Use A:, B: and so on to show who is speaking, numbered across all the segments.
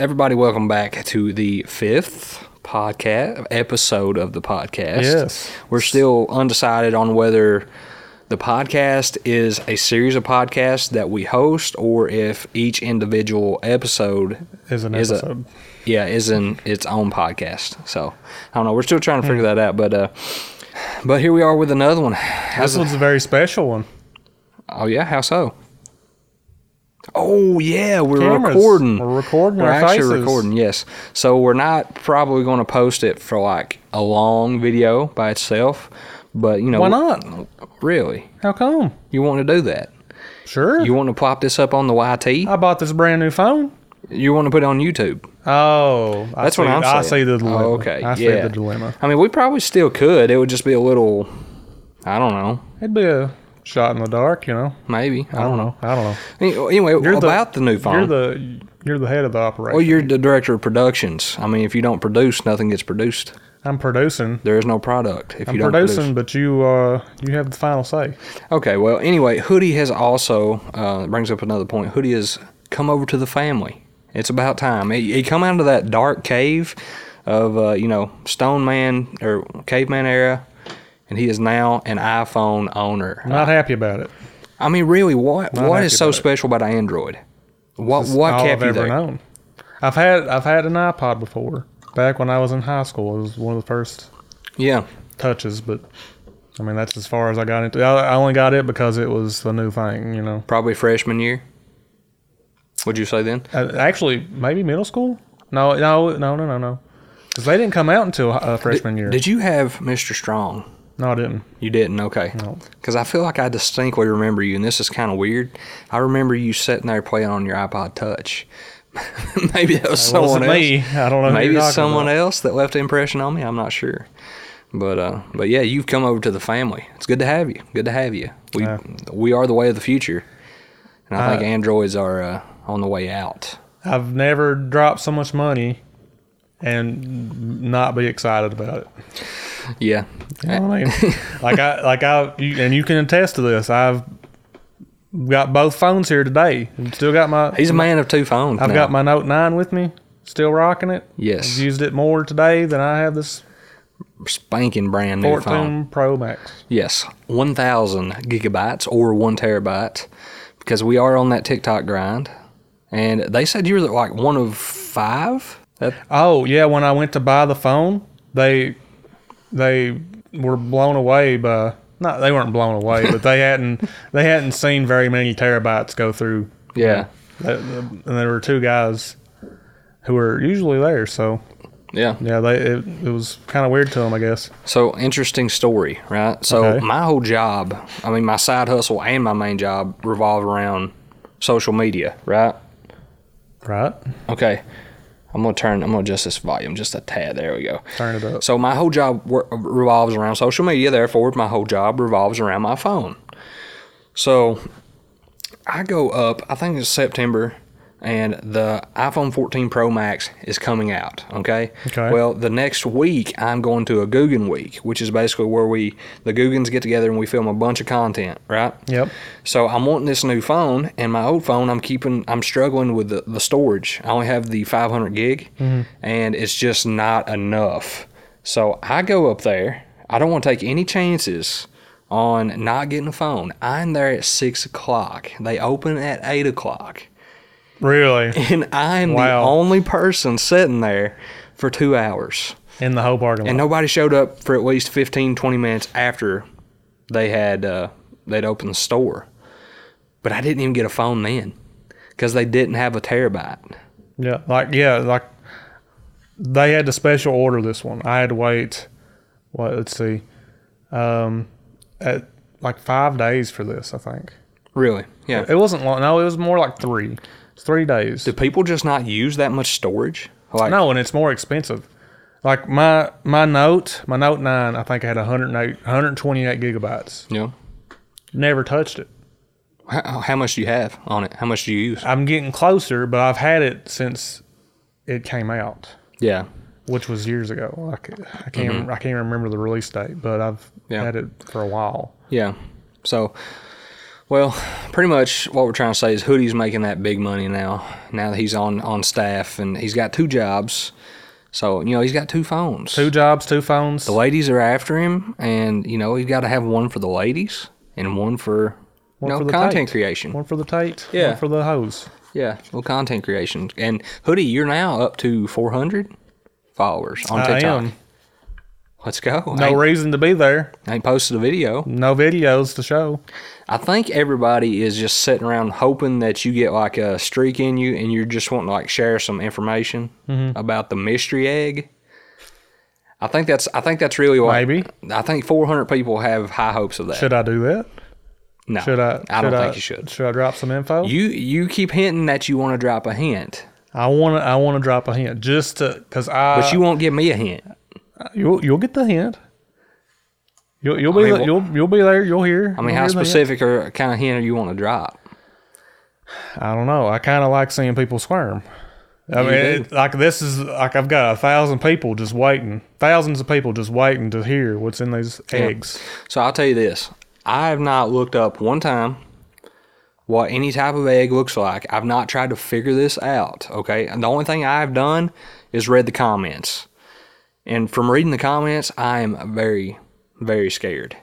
A: Everybody, welcome back to the fifth podcast episode of the podcast.
B: Yes.
A: We're still undecided on whether the podcast is a series of podcasts that we host or if each individual episode
B: Is an
A: a-
B: episode.
A: yeah, is in its own podcast. So I don't know. We're still trying to figure
B: Hmm.
A: that out, but uh but here we are with another one. How's
B: This one's a very special one.
A: Oh yeah, how so? Oh yeah, we're
B: Cameras.
A: recording.
B: We're recording
A: We're
B: our
A: actually
B: faces.
A: recording. Yes. So we're not probably going to post it for like a long video by itself, but you know
B: Why not?
A: Really,
B: How come?
A: you want to do that?
B: Sure.
A: You want to plop this up on the YT?
B: I bought this brand new phone.
A: You want to put it on YouTube?
B: Oh,
A: That's
B: I
A: what
B: see,
A: I'm
B: I
A: saying.
B: see the dilemma.
A: Oh, okay,
B: I see
A: yeah.
B: the dilemma.
A: I mean, we probably still could. It would just be a little. I don't know.
B: It'd be a shot in the dark, you know.
A: Maybe I don't know.
B: I don't know.
A: Any- Anyway,
B: the-
A: about the, new phone. Oh,
B: You're the you're the head of the operation.
A: well, you're the director of productions. I mean, if you don't produce, nothing gets produced.
B: I'm producing.
A: There is no product if
B: I'm
A: you don't
B: producing, but you uh you have the final say.
A: produce. Okay, well, anyway, Hoodie has also uh, brings up another point. Hoodie has come over to the family. It's about time. He, he come out of that dark cave of uh, you know Stone Man or Caveman era, and he is now an iPhone owner.
B: I'm not happy about it.
A: I mean, really, what
B: Not
A: what
B: happy
A: is so
B: about it.
A: special about Android? What
B: It's
A: what
B: all
A: kept
B: I've
A: you there?
B: ever known. I've had I've had an iPod before. Back when I was in high school, it was one of the first
A: Yeah,
B: touches, but I mean that's as far as I got into. I, I only got it because it was the new thing, you know.
A: probably freshman year. Would you say then?
B: Uh, actually, maybe middle school. No, no, no, no, no, no. Because they didn't come out until uh, freshman year.
A: Did you have Mr. Strong?
B: no, I didn't.
A: You didn't, okay.
B: No.
A: Because I feel like I distinctly remember you, and this is kind of weird. I remember you sitting there playing on your iPod Touch. Maybe that was
B: Well,
A: someone
B: wasn't
A: else.
B: me. I don't know.
A: Maybe
B: who
A: it's someone else that left an impression on me. I'm not sure. But uh, but yeah, you've come over to the family. It's good to have you. Good to have you. We
B: Yeah.
A: we are the way of the future, and I think
B: Uh,
A: androids are uh, on the way out.
B: I've never dropped so much money and not be excited about it.
A: Yeah,
B: You know what I mean? like I, like I, you, and you can attest to this. I've got both phones here today. Still got my.
A: he's a man of two phones.
B: I've
A: now.
B: got my Note Nine with me. Still rocking it.
A: Yes.
B: Used it more today than I have this
A: spanking brand new phone.
B: 14 Pro Max.
A: Yes, 1,000 gigabytes or one terabyte because we are on that TikTok grind. And they said you were like one of five. That,
B: Oh yeah, when I went to buy the phone, they they were blown away by not they weren't blown away, but they hadn't they hadn't seen very many terabytes go through.
A: yeah.
B: They- And there were two guys who were usually there, so
A: Yeah.
B: yeah, they it, it was kind of weird to them, I guess.
A: So, interesting story, right? So,
B: Okay.
A: my whole job, I mean, my side hustle and my main job revolve around social media, right?
B: Right?
A: Okay. I'm going to turn, I'm going to adjust this volume just a tad. There we go.
B: Turn it up.
A: So my whole job wor- revolves around social media. Therefore, my whole job revolves around my phone. So I go up. I think it's September, and the iPhone 14 Pro Max is coming out. Okay.
B: Okay.
A: Well, the next week I'm going to a Guggen Week, which is basically where we the Guggens get together and we film a bunch of content. Right.
B: Yep.
A: So I'm wanting this new phone, and my old phone I'm keeping. I'm struggling with the, the storage. I only have the 500 gig, and it's just not enough. So I go up there. I don't want to take any chances on not getting a phone. I'm there at six o'clock. They open at eight o'clock,
B: Really?
A: and I'm
B: Wow.
A: the only person sitting there for two hours,
B: In the whole parking lot.
A: and nobody showed up for at least 15, 20 minutes after they had uh, they'd opened the store. But I didn't even get a phone then because they didn't have a terabyte.
B: Yeah, like yeah, like they had to special order this one. I had to wait. What? Let's see. Um, at like five days for this, I think.
A: Really? Yeah.
B: It wasn't long. No, it was more like three. It's three days.
A: Do people just not use that much storage? Like,
B: no, and it's more expensive. Like my my note, my note nine, I think I had 108, 128 gigabytes.
A: you know,
B: Never touched it.
A: how, how much do you have on it? How much do you use?
B: I'm getting closer, but I've had it since it came out.
A: Yeah.
B: which was years ago. Like I can't
A: Mm-hmm.
B: I can't remember the release date, but I've
A: Yeah.
B: had it for a while.
A: Yeah. So, Well, pretty much what we're trying to say is Hoodie's making that big money now. Now that he's on on staff and he's got two jobs, so you know he's got two phones.
B: Two jobs, two phones.
A: The ladies are after him, and you know he's got to have one for the ladies and one for you
B: One
A: know,
B: for the
A: content
B: tight.
A: creation.
B: One for the tight.
A: Yeah.
B: One for the hose.
A: Yeah, well, content creation. And Hoodie, you're now up to 400 followers on
B: I
A: TikTok.
B: am.
A: Let's go.
B: No
A: ain't,
B: reason to be there.
A: ain't posted a video.
B: No videos to show.
A: I think everybody is just sitting around hoping that you get like a streak in you and you're just wanting to like share some information
B: Mm-hmm.
A: about the mystery egg. I think that's I think that's really what
B: Maybe.
A: I think 400 people have high hopes of that.
B: Should I do that?
A: no,
B: Should I?
A: I don't
B: should
A: think you should.
B: Should I drop some info?
A: You you keep hinting that you want to drop a hint,
B: I want to. I want to drop a hint just to, cause I.
A: but you won't give me a hint.
B: You'll you'll get the hint. You'll you'll be
A: mean,
B: the-
A: wha-
B: you'll you'll be there. You'll hear.
A: I mean, how specific or kind of hint do you want to drop?
B: I don't know. I kind of like seeing people squirm. I mean,
A: do.
B: it, like this is like I've got a thousand people just waiting, thousands of people just waiting to hear what's in these eggs.
A: So I'll tell you this: I have not looked up one time what any type of egg looks like. I've not tried to figure this out. Okay, and the only thing I've done is read the comments, and from reading the comments, I am very, very scared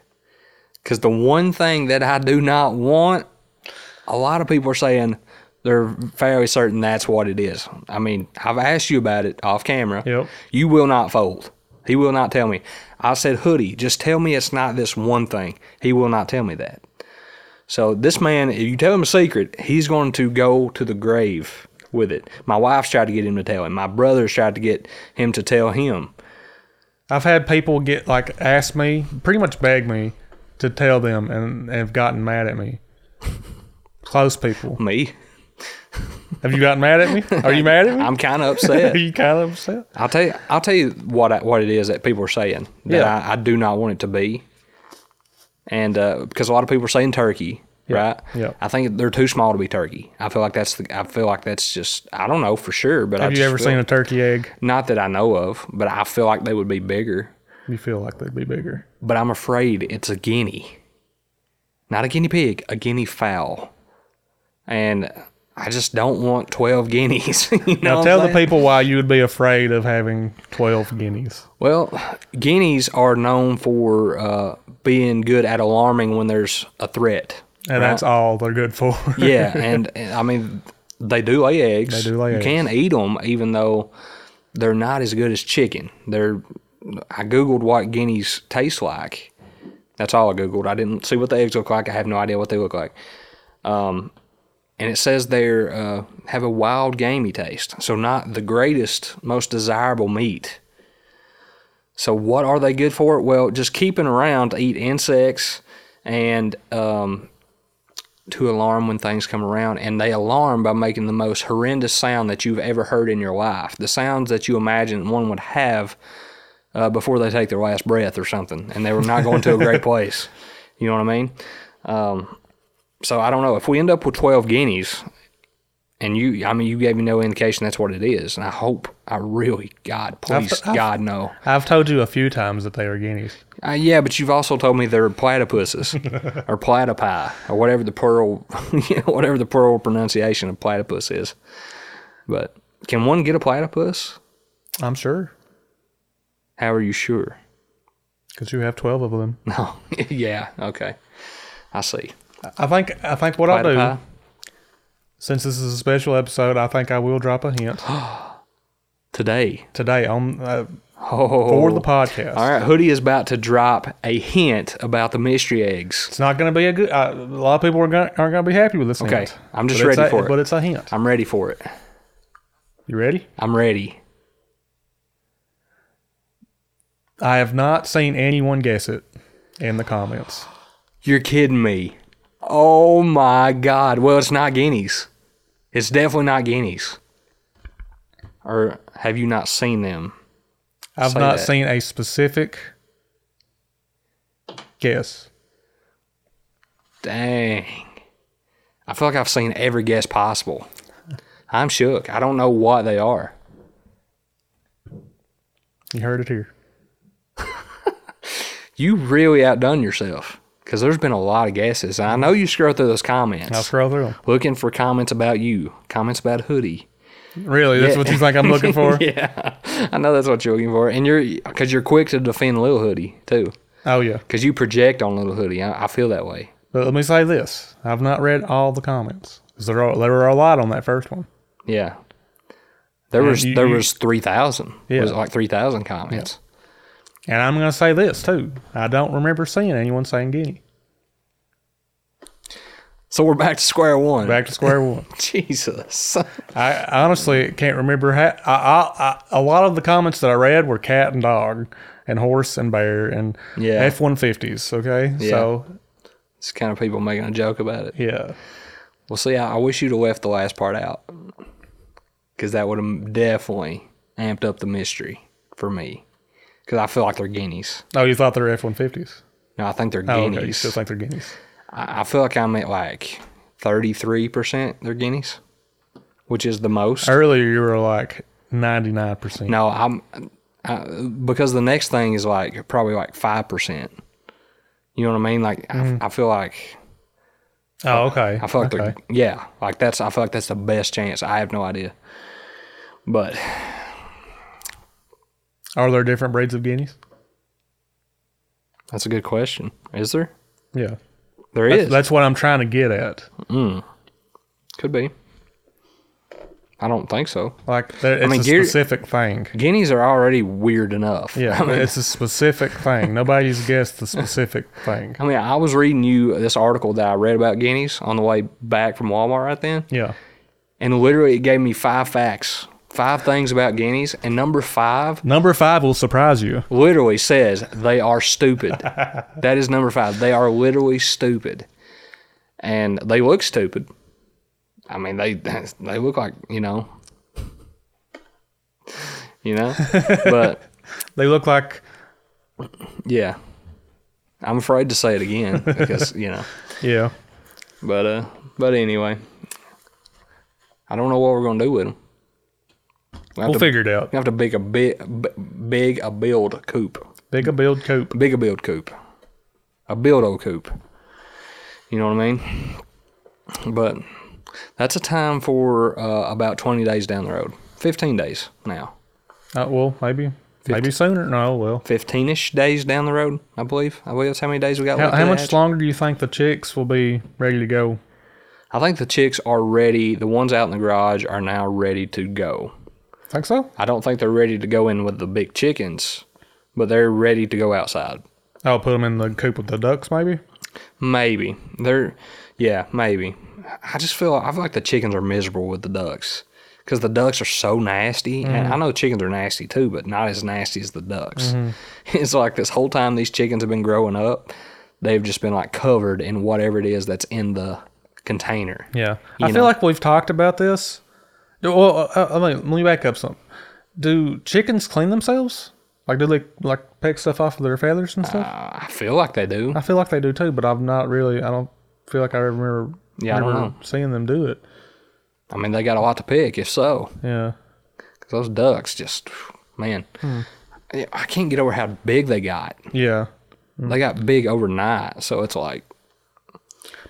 A: because the one thing that I do not want, a lot of people are saying. They're fairly certain that's what it is. I mean, I've asked you about it off camera.
B: Yep.
A: You will not fold. He will not tell me. I said, Hoodie, just tell me it's not this one thing. He will not tell me that. So, this man, if you tell him a secret, he's going to go to the grave with it. My wife's tried to get him to tell him. My brother's tried to get him to tell him.
B: I've had people get like ask me, pretty much beg me to tell them, and have gotten mad at me. Close people,
A: Me,
B: have you gotten mad at me? Are you mad at me?
A: I'm kind of
B: Are
A: upset.
B: you kind of upset?
A: I'll tell you, I'll tell you what I, what it is that people are saying that
B: Yeah.
A: I, I do not want it to be, and uh, because a lot of people are saying turkey, right?
B: yeah.
A: I think they're too small to be turkey. I feel like that's the. I feel like that's just. I don't know for sure, but I
B: Have you
A: just
B: ever
A: feel-
B: seen a turkey egg?
A: Not that I know of, but I feel like they would be bigger.
B: You feel like they'd be bigger.
A: But I'm afraid it's a guinea, not a guinea pig, a guinea fowl, and I just don't want twelve guineas. you know
B: Now
A: what I'm
B: tell the
A: saying?
B: people why you would be afraid of having twelve guineas.
A: Well, guineas are known for uh, being good at alarming when there's a threat.
B: And that's all they're good for.
A: yeah, and, and I mean, they do lay eggs.
B: They do lay
A: you
B: eggs.
A: can eat them, even though they're not as good as chicken. They're. I googled what guineas taste like. That's all I googled. I didn't see what the eggs look like. I have no idea what they look like. Um, and it says they're uh, have a wild gamey taste, so not the greatest, most desirable meat. So what are they good for? Well, just keeping around to eat insects and um, to alarm when things come around, and they alarm by making the most horrendous sound that you've ever heard in your life. The sounds that you imagine one would have uh, before they take their last breath or something, and they were not going to a great place. You know what I mean? Um, so I don't know if we end up with twelve guineas, and you, I mean, you gave me no indication that's what it is, and I hope, I really, God, please,
B: I've-
A: God, no.
B: I've told you a few times that they are guineas.
A: Uh, yeah, but you've also told me they're platypuses or platypi or whatever the plural, whatever the plural pronunciation of platypus is. But can one get a platypus?
B: I'm sure.
A: How are you sure?
B: Because you have twelve of them.
A: No. yeah. Okay. I see.
B: I think I think what I'll
A: Platypi.
B: do since this is a special episode, I think I will drop a hint
A: Today.
B: today on uh,
A: Oh.
B: for the podcast.
A: All right. Hoodie is about to drop a hint about the mystery eggs.
B: It's not going to be a good. Uh, a lot of people are going aren't going to be happy with this.
A: Okay,
B: hint.
A: I'm just
B: But it's
A: ready
B: a-
A: for it.
B: But it's a hint.
A: I'm ready for it.
B: You ready?
A: I'm ready.
B: I have not seen anyone guess it in the comments.
A: You're kidding me. Oh my God. Well, it's not guineas. It's definitely not guineas. Or have you not seen them?
B: I've
A: Say
B: not
A: that.
B: seen a specific guess.
A: Dang. I feel like I've seen every guess possible. I'm shook. I don't know what they are.
B: You heard it here.
A: You really outdone yourself. because there's been a lot of guesses. And I know you scroll through those
B: I'll
A: comments
B: scroll through them.
A: looking for comments about you, comments about hoodie.
B: Really, that's
A: Yeah.
B: what you think I'm looking for?
A: Yeah, I know that's what you're looking for, and you're because you're quick to defend Lil Hoodie too,
B: Oh yeah.
A: because you project on Lil Hoodie. I, I feel that way.
B: But let me say this: I've not read all the comments. 'Cause There are, there were a lot on that first one.
A: Yeah, there
B: Yeah,
A: was
B: you-
A: there
B: you-
A: was three thousand.
B: Yeah.
A: was like three thousand comments.
B: And I'm going to say this too. I don't remember seeing anyone saying Guinea.
A: So we're back to square one.
B: Back to square one.
A: Jesus.
B: I honestly can't remember. Ha- I, I, I, a lot of the comments that I read were cat and dog, and horse and bear, and
A: Yeah.
B: F one fifties. Okay, so
A: it's kind of people making a joke about it.
B: yeah,
A: Well, see, I, I wish you'd have left the last part out because that would have definitely amped up the mystery for me. Because I feel like they're guineas.
B: oh, you thought they were F one fifties?
A: No, I think they're
B: Oh,
A: guineas.
B: okay, you still think they're guineas?
A: I, I feel like I'm at like 33% they're guineas, which is the most.
B: Earlier, you were like ninety nine percent.
A: No, I'm I, because the next thing is like probably like 5%. You know what I mean? Like, I, I feel like
B: Oh, okay.
A: I feel like
B: Mm. okay.
A: they're yeah, like that's I feel like that's the best chance. I have no idea, but
B: Are there different breeds of guineas?
A: that's a good question. Is there?
B: Yeah,
A: There
B: that's,
A: is.
B: that's what I'm trying to get at.
A: Could be. I don't think so.
B: Like, there, it's
A: mean,
B: a
A: gear-
B: specific thing.
A: Guineas are already weird enough.
B: Yeah,
A: I mean,
B: it's a specific thing. Nobody's guessed the specific thing.
A: I mean, I was reading you this article that I read about guineas on the way back from Walmart right then,
B: Yeah.
A: and literally it gave me five facts, five things about guineas, and number five
B: Number five will surprise you.
A: literally says they are stupid. that is number five. They are literally stupid, and they look stupid. I mean, they they look like you know, you know. But
B: They look like
A: yeah, I'm afraid to say it again because you know.
B: yeah.
A: But uh, but anyway, I don't know what we're gonna do with them. We have
B: We'll
A: to,
B: figure it out.
A: we have to big a big, big a build coop.
B: Big a build coop.
A: bigger build coop, a build old coop. You know what I mean? But that's a time for uh, about 20 days down the road. 15 days now.
B: Uh, well, maybe maybe sooner. No, well.
A: 15 ish days down the road, I believe. I believe that's how many days we got
B: How,
A: left.
B: how
A: of the
B: much
A: hatch.
B: longer do you think the chicks will be ready to go?
A: I think the chicks are ready. The ones out in the garage are now ready to go.
B: Think so?
A: I don't think they're ready to go in with the big chickens, but they're ready to go outside.
B: I'll put them in the coop with the ducks, maybe.
A: Maybe they're, yeah, maybe. I just feel I feel like the chickens are miserable with the ducks because the ducks are so nasty, and I know chickens are nasty too, but not as nasty as the ducks. It's like this whole time these chickens have been growing up, they've just been like covered in whatever it is that's in the container.
B: Yeah,
A: You
B: I feel
A: know?
B: like we've talked about this. Do- Well, uh, I mean, let me back up some. Do chickens clean themselves? Like, do they like pick stuff off of their feathers and stuff?
A: Uh, I feel like they do.
B: I feel like they do too, but I've not really. I don't feel like I remember.
A: Yeah, I don't
B: remember seeing them do it.
A: I mean, they got a lot to pick, if so.
B: Yeah,
A: 'Cause those ducks just, man, I I can't get over how big they got.
B: yeah.
A: They got big overnight, so it's like.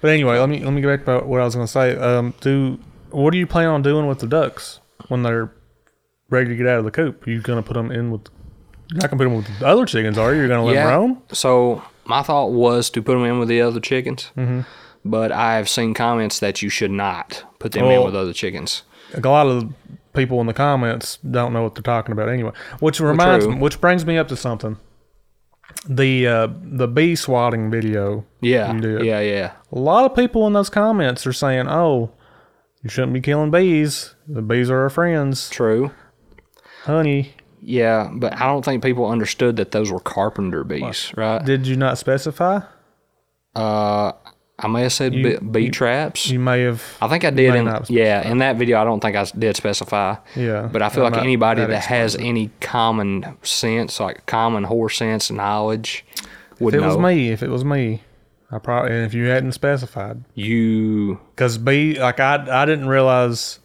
B: But anyway, let me let me get back to what I was going to say. Um, do what do you plan on doing with the ducks when they're ready to get out of the coop? you going to put them in with? You're not going to put them with the other chickens, are you? You're going to let them roam?
A: So my thought was to put them in with the other chickens,
B: Mm-hmm.
A: but I have seen comments that you should not put them in
B: Well-
A: with other chickens.
B: like a lot of people in the comments don't know what they're talking about anyway. Which reminds
A: True.
B: me, which brings me up to something. The uh, the bee swatting video.
A: Yeah,
B: You do.
A: yeah, yeah.
B: A lot of people in those comments are saying, "Oh, you shouldn't be killing bees. The bees are our friends,
A: True.
B: honey."
A: Yeah, but I don't think people understood that those were carpenter bees, right?
B: Did you not specify?
A: Uh, I may have said b bee traps.
B: You may have.
A: I think I did.
B: may
A: In,
B: not have
A: yeah, in that video, I don't think I s- did specify.
B: Yeah,
A: But I feel
B: I'm
A: like
B: not
A: anybody
B: that
A: that has any common sense, like common horse sense knowledge, would
B: If it
A: know.
B: was me, if it was me, I probably. And if you hadn't specified,
A: You
B: because bee, like I, I didn't realize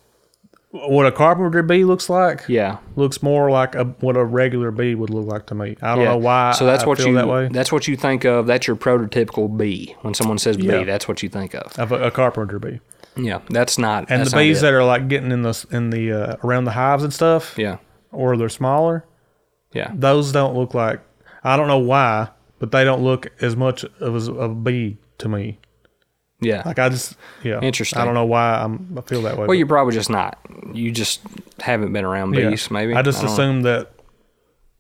B: what a carpenter bee looks like
A: Yeah.
B: looks more like a, what a regular bee would look like to me. I don't
A: yeah.
B: know why.
A: So that's
B: I
A: what
B: feel
A: you
B: that way.
A: that's what you think of. That's your prototypical bee. When someone says bee,
B: Yeah.
A: that's what you think of.
B: Of a, a carpenter bee,
A: Yeah, that's not.
B: and
A: that's
B: the
A: not
B: bees
A: it.
B: that are like getting in the in the uh, around the hives and stuff,
A: Yeah,
B: or they're smaller.
A: yeah,
B: Those don't look like. I don't know why, but they don't look as much of as a bee to me.
A: yeah.
B: Like I just yeah.
A: Interesting.
B: I don't know why I'm, I feel that way.
A: well,
B: but-
A: you're probably just not. You just haven't been around
B: yeah.
A: bees, maybe.
B: I just
A: don't-
B: assumed that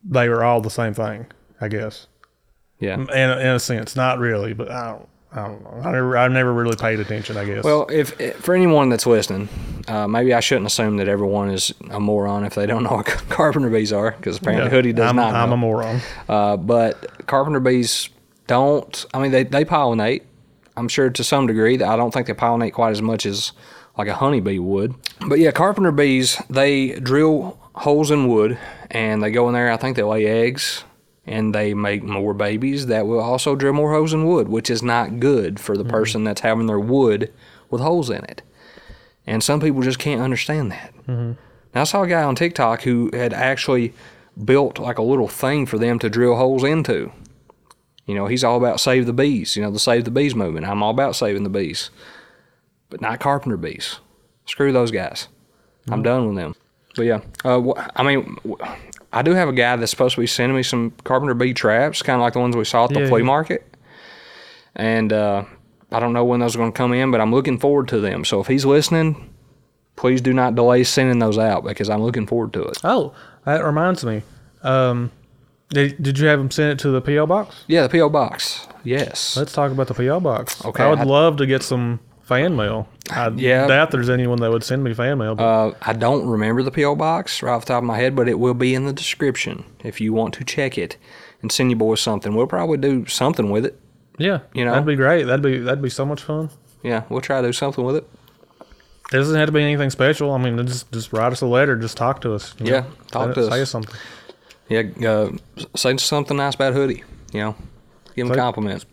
B: they were all the same thing. I guess.
A: Yeah.
B: In, in a sense, not really, but I don't. I don't know. I never, I never really paid attention. I guess.
A: Well, if, if for anyone that's listening, uh, maybe I shouldn't assume that everyone is a moron if they don't know what carpenter bees are, because apparently
B: Yeah.
A: Hoodie does
B: I'm,
A: not.
B: I'm
A: know.
B: a moron.
A: Uh, but carpenter bees don't. I mean, they, they pollinate. I'm sure to some degree. I don't think they pollinate quite as much as like a honeybee would. But yeah, carpenter bees they drill holes in wood and they go in there. I think they lay eggs and they make more babies that will also drill more holes in wood, which is not good for the person that's having their wood with holes in it. And some people just can't understand that. Now, I saw a guy on TikTok who had actually built like a little thing for them to drill holes into. You know, he's all about save the bees, you know, the save the bees movement. I'm all about saving the bees, but not carpenter bees. Screw those guys.
B: Mm-hmm.
A: I'm done with them. But yeah, uh, wh- I mean, wh- I do have a guy that's supposed to be sending me some carpenter bee traps, kind of like the ones we saw at the
B: Yeah,
A: flea
B: yeah.
A: market. And uh, I don't know when those are going to come in, but I'm looking forward to them. So if he's listening, please do not delay sending those out because I'm looking forward to it.
B: Oh, that reminds me. Um, did, did you have him send it to the PO box?
A: Yeah, the PO box. Yes.
B: Let's talk about the PO box.
A: Okay,
B: I would
A: I-
B: love to get some fan mail. I
A: Yeah.
B: doubt there's anyone that would send me fan mail. But
A: Uh, I don't remember the PO box right off the top of my head, but it will be in the description if you want to check it and send your boys something. We'll probably do something with it.
B: yeah,
A: you know-
B: that'd be great. That'd be that'd be so much fun.
A: Yeah, we'll try to do something with it.
B: It doesn't have to be anything special. I mean, just just write us a letter. Just talk to us. you
A: Yeah,
B: know.
A: talk
B: Say-
A: to us.
B: Say something.
A: Yeah, uh, say something nice about Hoodie. You know, give him a
B: Say-
A: compliment.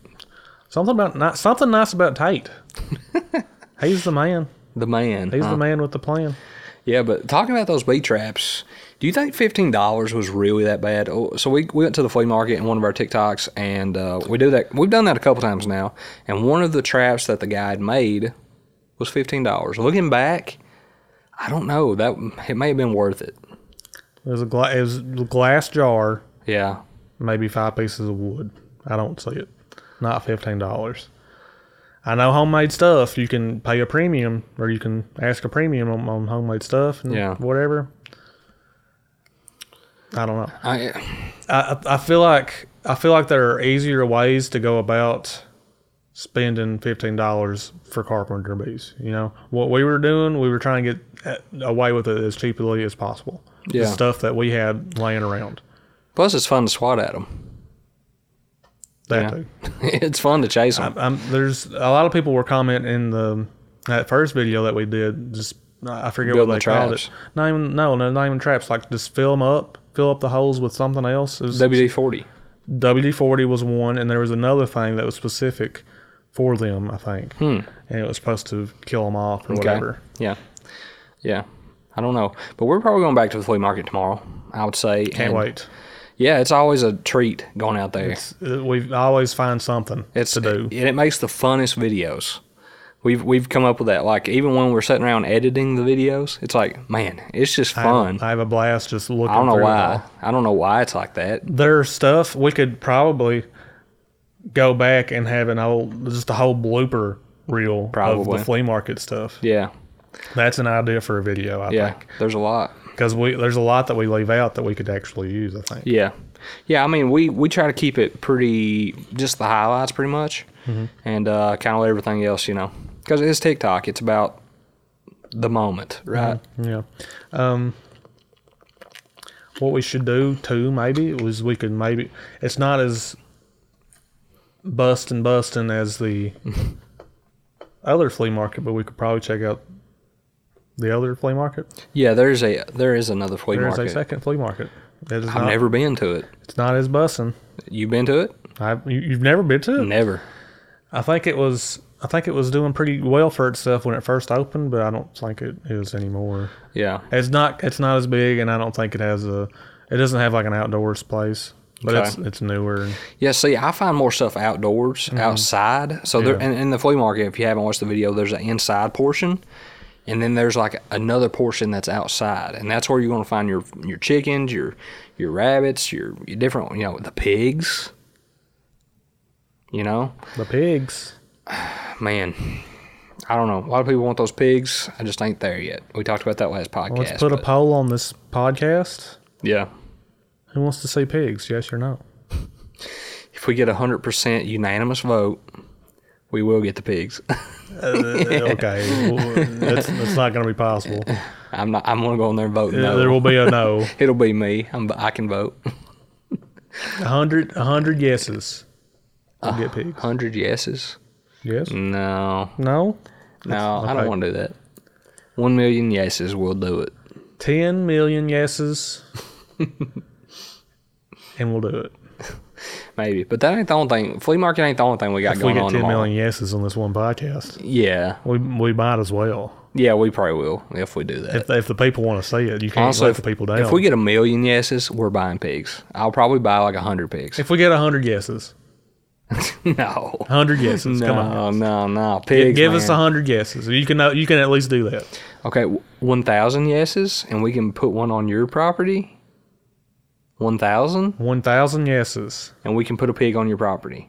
B: Something about ni- something nice about Tate. He's the man.
A: The man.
B: He's
A: huh?
B: the man with the plan.
A: Yeah, but talking about those bee traps, do you think fifteen dollars was really that bad? Oh, So we, we went to the flea market in one of our TikToks, and uh, we do that. We've done that a couple times now, and one of the traps that the guy had made was fifteen dollars. Looking back, I don't know that it may have been worth it.
B: It was a, gla- it was a glass jar
A: Yeah,
B: maybe five pieces of wood. I don't see it. Not fifteen dollars. I know homemade stuff. You can pay a premium, or you can ask a premium on, on homemade stuff and
A: Yeah.
B: whatever. I don't know.
A: I,
B: I I I feel like I feel like there are easier ways to go about spending fifteen dollars for carpenter bees. You know what we were doing? We were trying to get uh, away with it as cheaply as possible. The
A: Yeah.
B: stuff that we had laying around.
A: plus it's fun to swat at them.
B: That
A: Yeah.
B: too.
A: it's fun to chase them.
B: i there's a lot of people were commenting in the that first video that we did. Just I forget
A: Building
B: what
A: the
B: they called
A: traps.
B: it. Not even no, no, not even traps. Like just fill them up, fill up the holes with something else. It was
A: WD forty.
B: WD forty was one, and there was another thing that was specific for them. I think,
A: Hmm.
B: and it was supposed to kill them off or whatever.
A: Yeah, yeah. I don't know, but we're probably going back to the flea market tomorrow. I would say.
B: Can't
A: and-
B: wait.
A: Yeah, it's always a treat going out there.
B: It's, uh, we always find something
A: It's
B: to do.
A: and it makes the funnest videos. We've we've come up with that. Like even when we're sitting around editing the videos, it's like man, it's just
B: I have-
A: fun.
B: I, have a blast just looking.
A: I don't know
B: through it all.
A: why. I don't know why it's like that.
B: There's stuff we could probably go back and have an old just a whole blooper reel of
A: Probably.
B: the flea market stuff.
A: Yeah,
B: That's an idea for a video. I
A: yeah.
B: think
A: There's a lot.
B: because we there's a lot that we leave out that we could actually use. I think.
A: Yeah, yeah. I mean, we we try to keep it pretty, just the highlights, pretty much,
B: Mm-hmm.
A: and uh, kind of let everything else, you know, because it's TikTok. It's about the moment,
B: Mm-hmm.
A: right?
B: Yeah. Um, what we should do too, maybe, was we could maybe it's not as busting busting as the other flea market, but we could probably check out the other flea market.
A: Yeah. There's a there is another flea
B: There's
A: market.
B: a second flea market. It is
A: I've
B: not,
A: never been to it.
B: It's not as busting.
A: You been to it?
B: I you, you've never been to it.
A: Never.
B: I think it was I think it was doing pretty well for itself when it first opened, but I don't think it is anymore.
A: Yeah.
B: It's not it's not as big, and I don't think it has a it doesn't have like an outdoors place, but
A: Okay.
B: it's it's newer.
A: Yeah, see, I find more stuff outdoors,
B: Mm-hmm.
A: outside. So there, in, in the flea market, if you haven't watched the video, there's an inside portion, and then there's like another portion that's outside, and that's where you're going to find your your chickens, your your rabbits, your, your different, you know, the pigs. You know,
B: The pigs.
A: man, I don't know. A lot of people want those pigs. I just ain't there yet. We talked about that last podcast.
B: Let's put a
A: but-
B: poll on this podcast.
A: yeah.
B: Who wants to see pigs? Yes or no?
A: If we get a hundred percent unanimous vote, we will get the pigs.
B: okay, well, that's, that's not going to be possible.
A: I'm not. I'm gonna go in there and vote no.
B: There will be a no.
A: It'll be me. I'm, I can vote.
B: A hundred, a hundred yeses. We'll get pigs.
A: 100 yeses?
B: Yes.
A: No.
B: No.
A: No, I don't
B: okay.
A: want to do that. 1 million yeses will do it.
B: Ten million yeses. and we'll do it.
A: Maybe. But that ain't the only thing. Flea market ain't the only thing we got
B: If we
A: going
B: get
A: on.
B: ten
A: tomorrow.
B: million yeses on this one podcast,
A: Yeah.
B: we we might as well.
A: Yeah, we probably will if we do that.
B: If, if the people want to see it, you can't
A: Honestly,
B: let
A: if,
B: the people down.
A: if we get a million yeses, we're buying pigs. I'll probably buy like 100 pigs.
B: if we get a hundred yeses,
A: no.
B: a hundred yeses. Come on.
A: No, no, no. Pigs.
B: Give us a
A: man.
B: hundred yeses. You can you can at least do that.
A: Okay, w- 1,000 yeses, and we can put one on your property. 1,000,
B: One thousand yeses.
A: and we can put a pig on your property.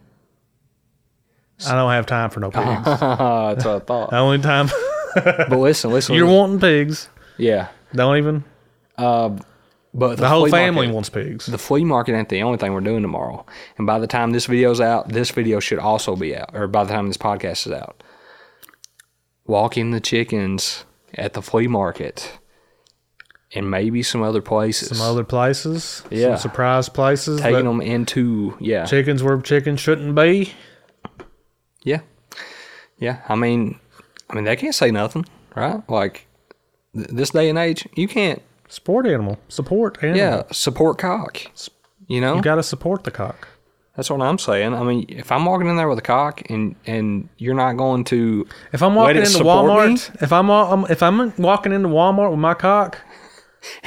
B: I don't have time for no
A: Uh-huh.
B: pigs.
A: That's what I thought.
B: The only time
A: But listen, listen.
B: you're wanting pigs,
A: yeah.
B: don't even.
A: But
B: The whole
A: flea
B: family
A: market,
B: wants pigs.
A: the flea market ain't the only thing we're doing tomorrow. And by the time this video's out, this video should also be out, or by the time this podcast is out. Walking the chickens at the flea market, and maybe some other places.
B: some other places,
A: Yeah.
B: some surprise places.
A: taking
B: that
A: them into yeah,
B: Chickens where chickens shouldn't be.
A: yeah, yeah. I mean, I mean they can't say nothing, right? Like th- this day and age, you can't.
B: Support animal. Support animal.
A: Yeah, support cock. You know,
B: Mm-hmm. You got to support the cock.
A: That's what I'm saying. I mean, if I'm walking in there with a cock and and you're not going to,
B: If I'm
A: Way
B: walking
A: to
B: into
A: support
B: Walmart, if I'm wa- um, if I'm walking into Walmart with my cock,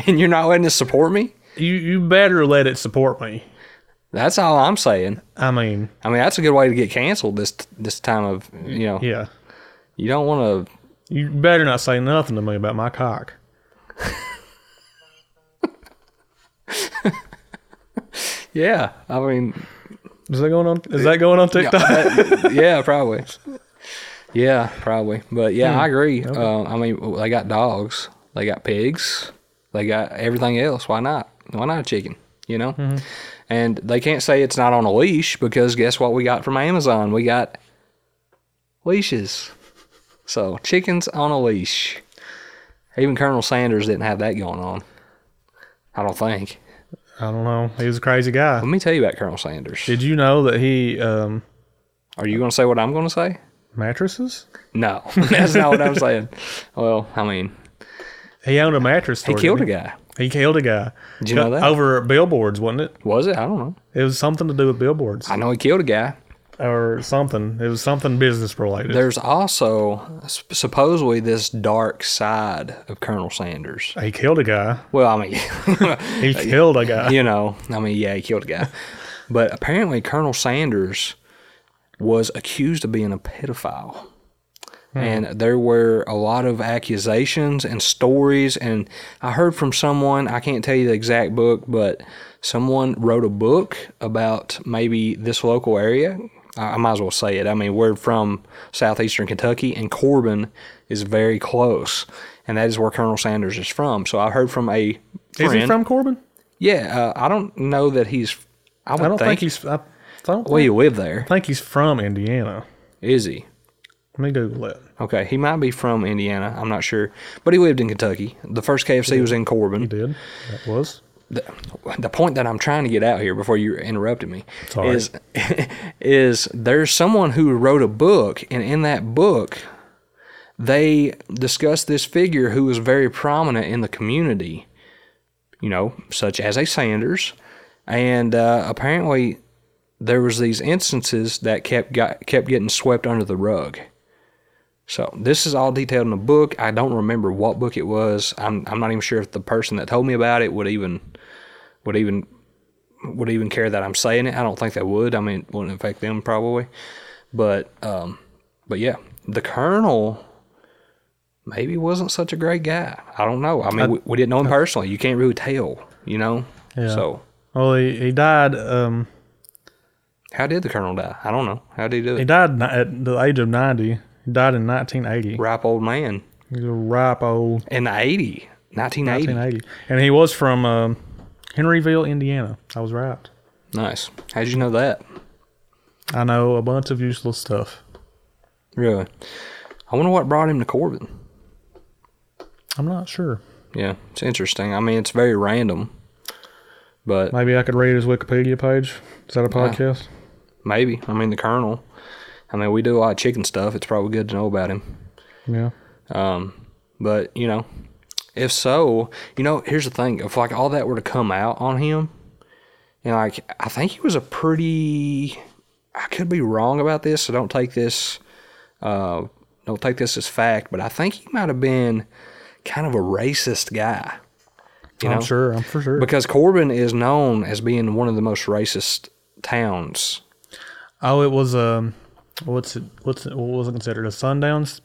A: and you're not letting it support me,
B: you you better let it support me.
A: that's all I'm saying.
B: I mean,
A: I mean, that's a good way to get canceled this this time of you know.
B: yeah.
A: You don't want to.
B: You better not say nothing to me about my cock.
A: Yeah, I mean,
B: Is that going on? Is that going on TikTok?
A: yeah, probably. Yeah, probably. But yeah, I agree. Uh, I mean, they got dogs, they got pigs, they got everything else. Why not? Why not a chicken? You know? And they can't say it's not on a leash because guess what we got from Amazon? We got leashes. So chickens on a leash. Even Colonel Sanders didn't have that going on. I don't think.
B: I don't know. He was a crazy guy.
A: Let me tell you about Colonel Sanders.
B: Did you know that he um,
A: Are you going to say what I'm going to say?
B: mattresses?
A: No, that's not what I'm saying. Well, I mean,
B: He owned a mattress store.
A: he killed a
B: didn't
A: guy.
B: He killed a guy.
A: Did you know that?
B: Over at billboards, wasn't it?
A: Was it? I don't know.
B: It was something to do with billboards
A: I know he killed a guy.
B: or something. It was something business related.
A: There's also s- supposedly this dark side of Colonel Sanders.
B: he killed a guy.
A: Well, I mean,
B: He killed a guy.
A: you know, I mean, yeah, he killed a guy. But apparently, Colonel Sanders was accused of being a pedophile.
B: Hmm.
A: And there were a lot of accusations and stories. And I heard from someone, I can't tell you the exact book, but someone wrote a book about maybe this local area. I I might as well say it. I mean, we're from southeastern Kentucky, and Corbin is very close. And that is where Colonel Sanders is from. So I heard from a friend.
B: Is he from Corbin?
A: Yeah, uh, I don't know that he's. I, would
B: I don't think,
A: he's.
B: he's. I don't
A: Well, he lived there.
B: think he's from Indiana.
A: Is he?
B: Let me Google it.
A: Okay, he might be from Indiana. I'm not sure, but he lived in Kentucky. The first KFC was in Corbin.
B: Did that was
A: The, the point that I'm trying to get out here before you interrupted me
B: all right.
A: is is there's someone who wrote a book, and in that book, they discussed this figure who was very prominent in the community. you know, such as a Sanders. And uh, apparently, there was these instances that kept got, kept getting swept under the rug. So this is all detailed in a book. I don't remember what book it was. I'm I'm not even sure if the person that told me about it would even would even would even care that I'm saying it. I don't think they would. I mean, it wouldn't affect them probably. But um, but yeah, the colonel maybe wasn't such a great guy. I don't know. I mean, we, we didn't know him personally. You can't really tell, you know.
B: Yeah.
A: So
B: Well, he, he died. Um,
A: how did the colonel die? I don't know. How did he do
B: he
A: it?
B: died ni- at the age of ninety. He died in 1980.
A: Ripe old man
B: He's a ripe old
A: in the 80, 1980.
B: 1980, and he was from um, Henryville, Indiana. I was right.
A: Nice. How'd you know that?
B: I know a bunch of useless stuff.
A: Really? I wonder what brought him to Corbin.
B: I'm not sure.
A: Yeah, it's interesting. I mean, it's very random, but
B: Maybe I could read his Wikipedia page. Is that a podcast?
A: maybe. I mean, the colonel. I mean, we do a lot of chicken stuff. It's probably good to know about him.
B: Yeah.
A: Um, but you know, if so, you know, here's the thing: if like all that were to come out on him, and like I think he was a pretty, I could be wrong about this, so don't take this, uh, don't take this as fact. But I think he might have been kind of a racist guy. You
B: I'm
A: know?
B: sure. I'm for sure.
A: Because Corbin is known as being one of the most racist towns.
B: oh, it was um, what's it? What's it, what was it considered? A sundown s-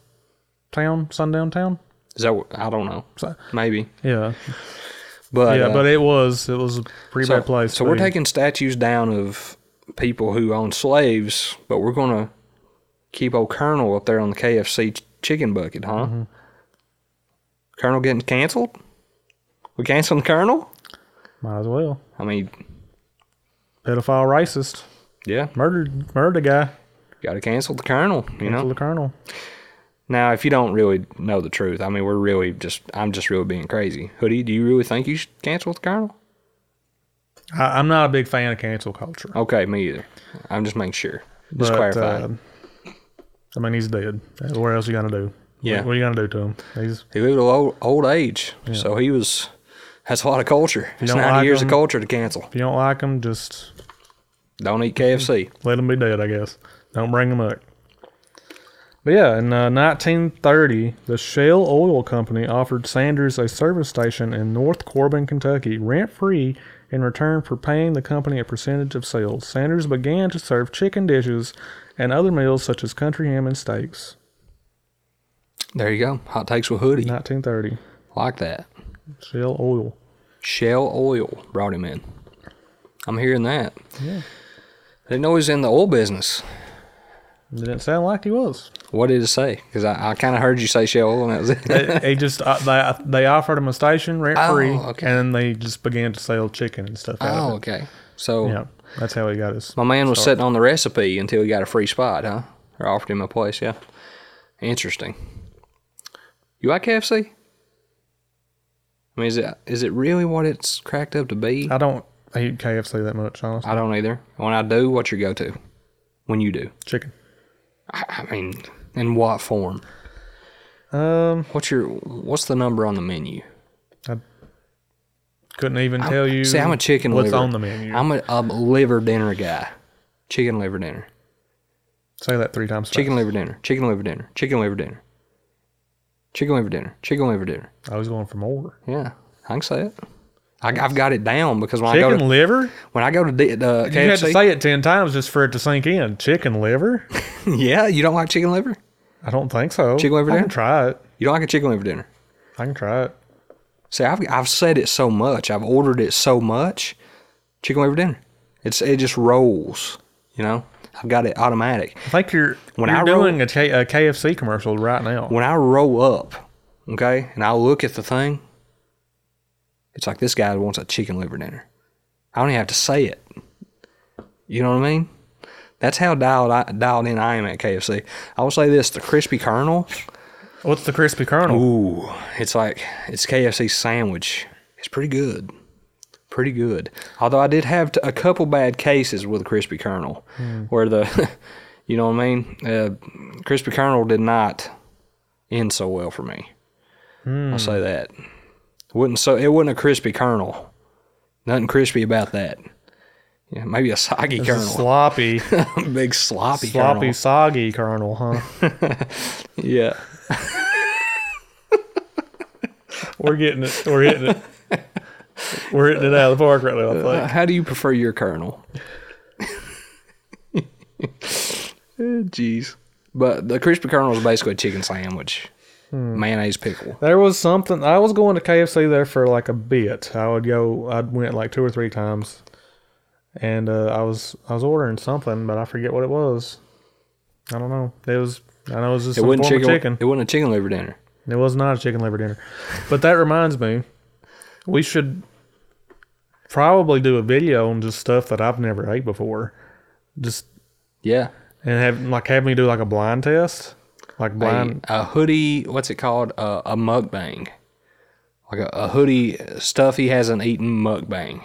B: town? Sundown town?
A: Is that what, I don't know.
B: So-
A: Maybe.
B: Yeah.
A: But
B: yeah,
A: uh,
B: but it was it was a pretty
A: so,
B: bad place.
A: so we're
B: but-
A: taking statues down of people who own slaves, but we're going to keep old Colonel up there on the KFC ch- chicken bucket, huh?
B: Mm-hmm.
A: Colonel getting canceled? We canceling Colonel?
B: might as well
A: I mean,
B: pedophile racist
A: yeah,
B: murdered murdered a guy.
A: got to cancel the Colonel, you know?
B: Cancel the colonel.
A: Now, if you don't really know the truth, I mean, we're really just, I'm just really being crazy. Hoodie, do you really think you should cancel the Colonel?
B: I, I'm not a big fan of cancel culture.
A: Okay, me either. I'm just making sure. Just
B: but,
A: clarifying.
B: um, I mean, he's dead. What else you gonna do?
A: Yeah.
B: What, are you gonna do to him? He's
A: he lived a old, old age, so he was. That's a lot of culture. It's
B: don't
A: 90
B: like
A: years
B: him-
A: of culture to cancel.
B: if you don't like him, just
A: Don't eat KFC.
B: let him be dead. I guess. Don't bring him up. But yeah, in uh, 1930, the Shell Oil Company offered Sanders a service station in North Corbin, Kentucky, rent free in return for paying the company a percentage of sales. Sanders began to serve chicken dishes and other meals such as country ham and steaks.
A: There you go. Hot takes with hoodie.
B: 1930,
A: Like that.
B: Shell Oil.
A: Shell Oil brought him in. I'm hearing that.
B: Yeah.
A: I didn't know he was in the oil business.
B: Didn't sound like he was.
A: What did it say? Because I, I kind of heard you say Shell Oil, and that was it.
B: they, they just uh, they, they offered him a station rent free,
A: Oh, okay.
B: and then they just began to sell chicken and stuff. Out
A: oh,
B: of
A: okay. So
B: it. yeah, that's how he got his.
A: My man was sitting on the recipe until he got a free spot, huh? Or offered him a place, yeah. Interesting. You like KFC? I mean, is it is it really what it's cracked up to be?
B: I don't eat KFC that much, honestly.
A: I don't either. When I do, what's your go-to? When you do,
B: Chicken.
A: I, I mean, in what form?
B: Um,
A: What's your what's the number on the menu?
B: couldn't even tell you.
A: See, I'm a chicken
B: What's
A: liver.
B: on the menu?
A: I'm a, a liver dinner guy. Chicken liver dinner.
B: Say that three times.
A: Chicken liver dinner. Chicken liver dinner. Chicken liver dinner. Chicken liver dinner. Chicken liver dinner.
B: fast. I was going for more.
A: Yeah, I can say it. I, I've got it down because when I go
B: Chicken
A: to,
B: liver.
A: when I go to D, uh,
B: You had to
A: KFC,
B: say it ten times just for it to sink in. Chicken liver.
A: yeah, you don't like chicken liver.
B: I don't think so.
A: Chicken liver
B: I can
A: dinner?
B: try it.
A: You don't like a chicken liver dinner.
B: I can try it.
A: See, I've I've said it so much. I've ordered it so much. Chicken liver dinner. It's it just rolls. You know, I've got it automatic.
B: I think you're
A: When
B: when you're
A: I roll-
B: doing a, K, a KFC commercial right now.
A: When I roll up, okay, and I look at the thing, it's like this guy wants a chicken liver dinner. I don't even have to say it. You know what I mean? That's how dialed I, dialed in I am at KFC. I will say this: the crispy kernel.
B: What's the crispy kernel?
A: Ooh, it's like it's KFC sandwich. It's pretty good, pretty good. Although I did have t- a couple bad cases with crispy kernel, where the, you know what I mean, uh, crispy kernel did not end so well for me. I'll say that. Wouldn't so it wasn't a crispy kernel. Nothing crispy about that. Yeah, maybe a soggy
B: This is
A: kernel,
B: sloppy,
A: big sloppy,
B: sloppy,
A: kernel.
B: soggy kernel, huh?
A: Yeah,
B: We're getting it. We're hitting it. We're hitting it out of the park right now. I
A: Uh,
B: think.
A: how do you prefer your kernel? Eh, Jeez, but the crispy kernel is basically a chicken sandwich,
B: Hmm.
A: mayonnaise pickle.
B: There was something. I was going to KFC there for like a bit. I would go. I went like two or three times, and uh, I was I was ordering something, but I forget what it was. I don't know. It was. I know it was just
A: It
B: some form
A: wasn't chicken,
B: of chicken.
A: It wasn't a chicken liver dinner.
B: It was not a chicken liver dinner. But that reminds me, we should probably do a video on just stuff that I've never ate before. Just
A: Yeah,
B: and have like have me do like a blind test, like
A: a,
B: blind.
A: a hoodie. What's it called? A, a mukbang, like a, a hoodie stuff he hasn't eaten mukbang,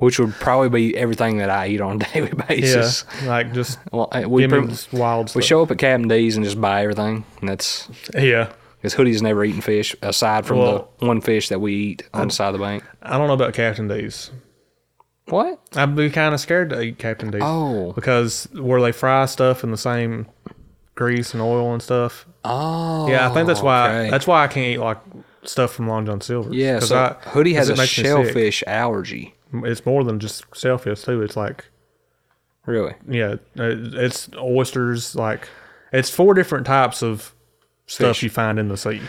A: which would probably be everything that I eat on a daily
B: yeah,
A: basis.
B: like just
A: Well, I- we
B: give me
A: pretty-
B: just wild
A: we
B: stuff.
A: show up at Captain D's and just buy everything. And that's
B: yeah,
A: because Hoodie's never eaten fish aside from
B: Well-
A: the one fish that we eat on the side of the bank.
B: I don't know about Captain D's.
A: What?
B: I'd be kind of scared to eat Captain D's.
A: Oh.
B: because where they fry stuff in the same grease and oil and stuff.
A: Oh,
B: Yeah, I think that's why
A: okay.
B: that's why I can't eat like stuff from Long John Silver's.
A: yeah.
B: 'Cause
A: So
B: I-
A: Hoodie has
B: 'cause it
A: a
B: makes me sick.
A: shellfish allergy.
B: It's more than just shellfish too. It's like
A: Really?
B: yeah, it- it's oysters. Like it's four different types of stuff
A: Fish.
B: you find in the sea.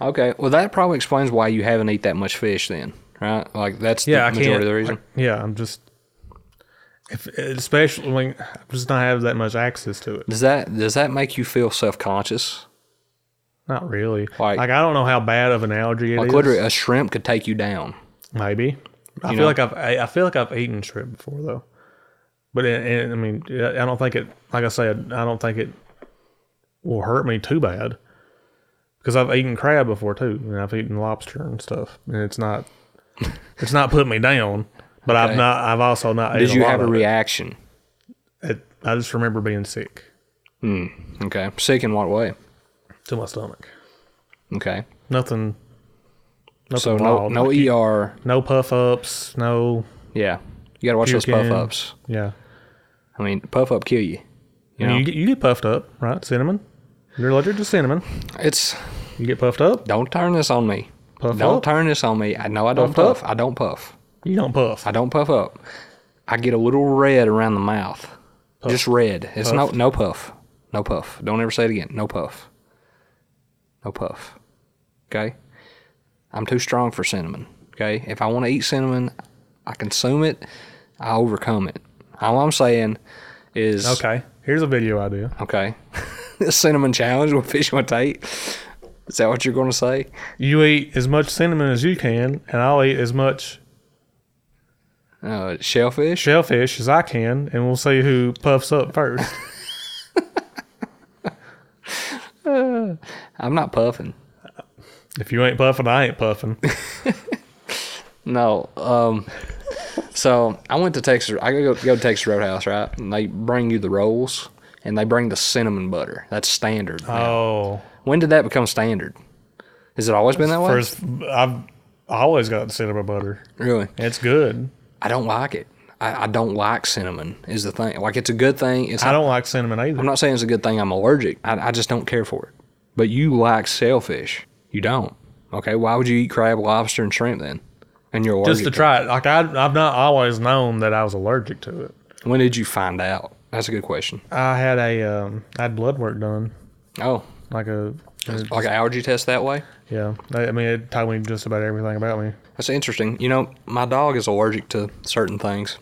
A: Okay. Well, that probably explains why you haven't eat that much fish then, right? Like that's
B: Yeah, I
A: the majority
B: can't.
A: of the reason.
B: like, yeah, I'm just if especially when I'm just not have that much access to it.
A: Does that does that make you feel self conscious?
B: Not really.
A: Like-
B: Like, I don't know how bad of an allergy it is.
A: Like literally, a shrimp could take you down.
B: Maybe. I feel
A: know?
B: like I've I, I feel like I've eaten shrimp before though, but it, it, I mean I don't think it. Like I said, I don't think it will hurt me too bad because I've eaten crab before too, and I've eaten lobster and stuff, and it's not it's not put me down. But
A: Okay.
B: I've not. I've also not.
A: Did
B: ate
A: you
B: a lot
A: have a
B: of it.
A: reaction?
B: It- I just remember being sick
A: Okay. Sick in what way?
B: to my stomach.
A: Okay.
B: Nothing. nothing
A: So no
B: wild.
A: no
B: Like,
A: ER.
B: no puff ups. No.
A: Yeah. You gotta watch those
B: Puking.
A: puff ups.
B: Yeah.
A: I mean, puff up kill you. You
B: I mean,
A: know,
B: you, get, you get puffed up, right? Cinnamon. You're allergic to cinnamon.
A: it's
B: You get puffed up.
A: don't turn this on me.
B: Puff
A: don't
B: up?
A: turn this on me. I know I don't
B: Puff up?
A: puff. I don't puff.
B: You don't puff.
A: I don't puff up. I get a little red around the mouth. Just red. It's no no puff. No puff. Don't ever say it again. No puff. No puff. Okay? I'm too strong for cinnamon. Okay? If I want to eat cinnamon, I consume it. I overcome it. All I'm saying is
B: Okay. Here's a video idea.
A: okay. cinnamon challenge with fish on tape. Is that what you're going to say?
B: You eat as much cinnamon as you can, and I'll eat as much
A: Uh, shellfish?
B: shellfish as I can, and we'll see who puffs up first.
A: I'm not puffing.
B: if you ain't puffing, I ain't puffing.
A: No. Um, so I went to Texas. I go go to Texas Roadhouse, right? And they bring you the rolls, and they bring the cinnamon butter. That's standard. now.
B: Oh,
A: when did that become standard? Has it always been that way?
B: first I've always got cinnamon butter.
A: really?
B: It's good.
A: I don't like it. I, I don't like cinnamon. Is the thing like it's a good thing? It's
B: I
A: not,
B: don't like cinnamon
A: I'm
B: either.
A: not saying it's a good thing. I'm allergic. I, I just don't care for it. But you like shellfish. You don't. Okay. Why would you eat crab, lobster, and shrimp then? And you're allergic.
B: Just to try it. Like I, I've not always known that I was allergic to it.
A: it. When did you find out? That's a good question.
B: I had a, um, I had blood work done,
A: Oh,
B: like a, a-
A: like an allergy test that way.
B: yeah. I, I mean, it told me just about everything about me.
A: That's interesting. You know, my dog is allergic to certain things.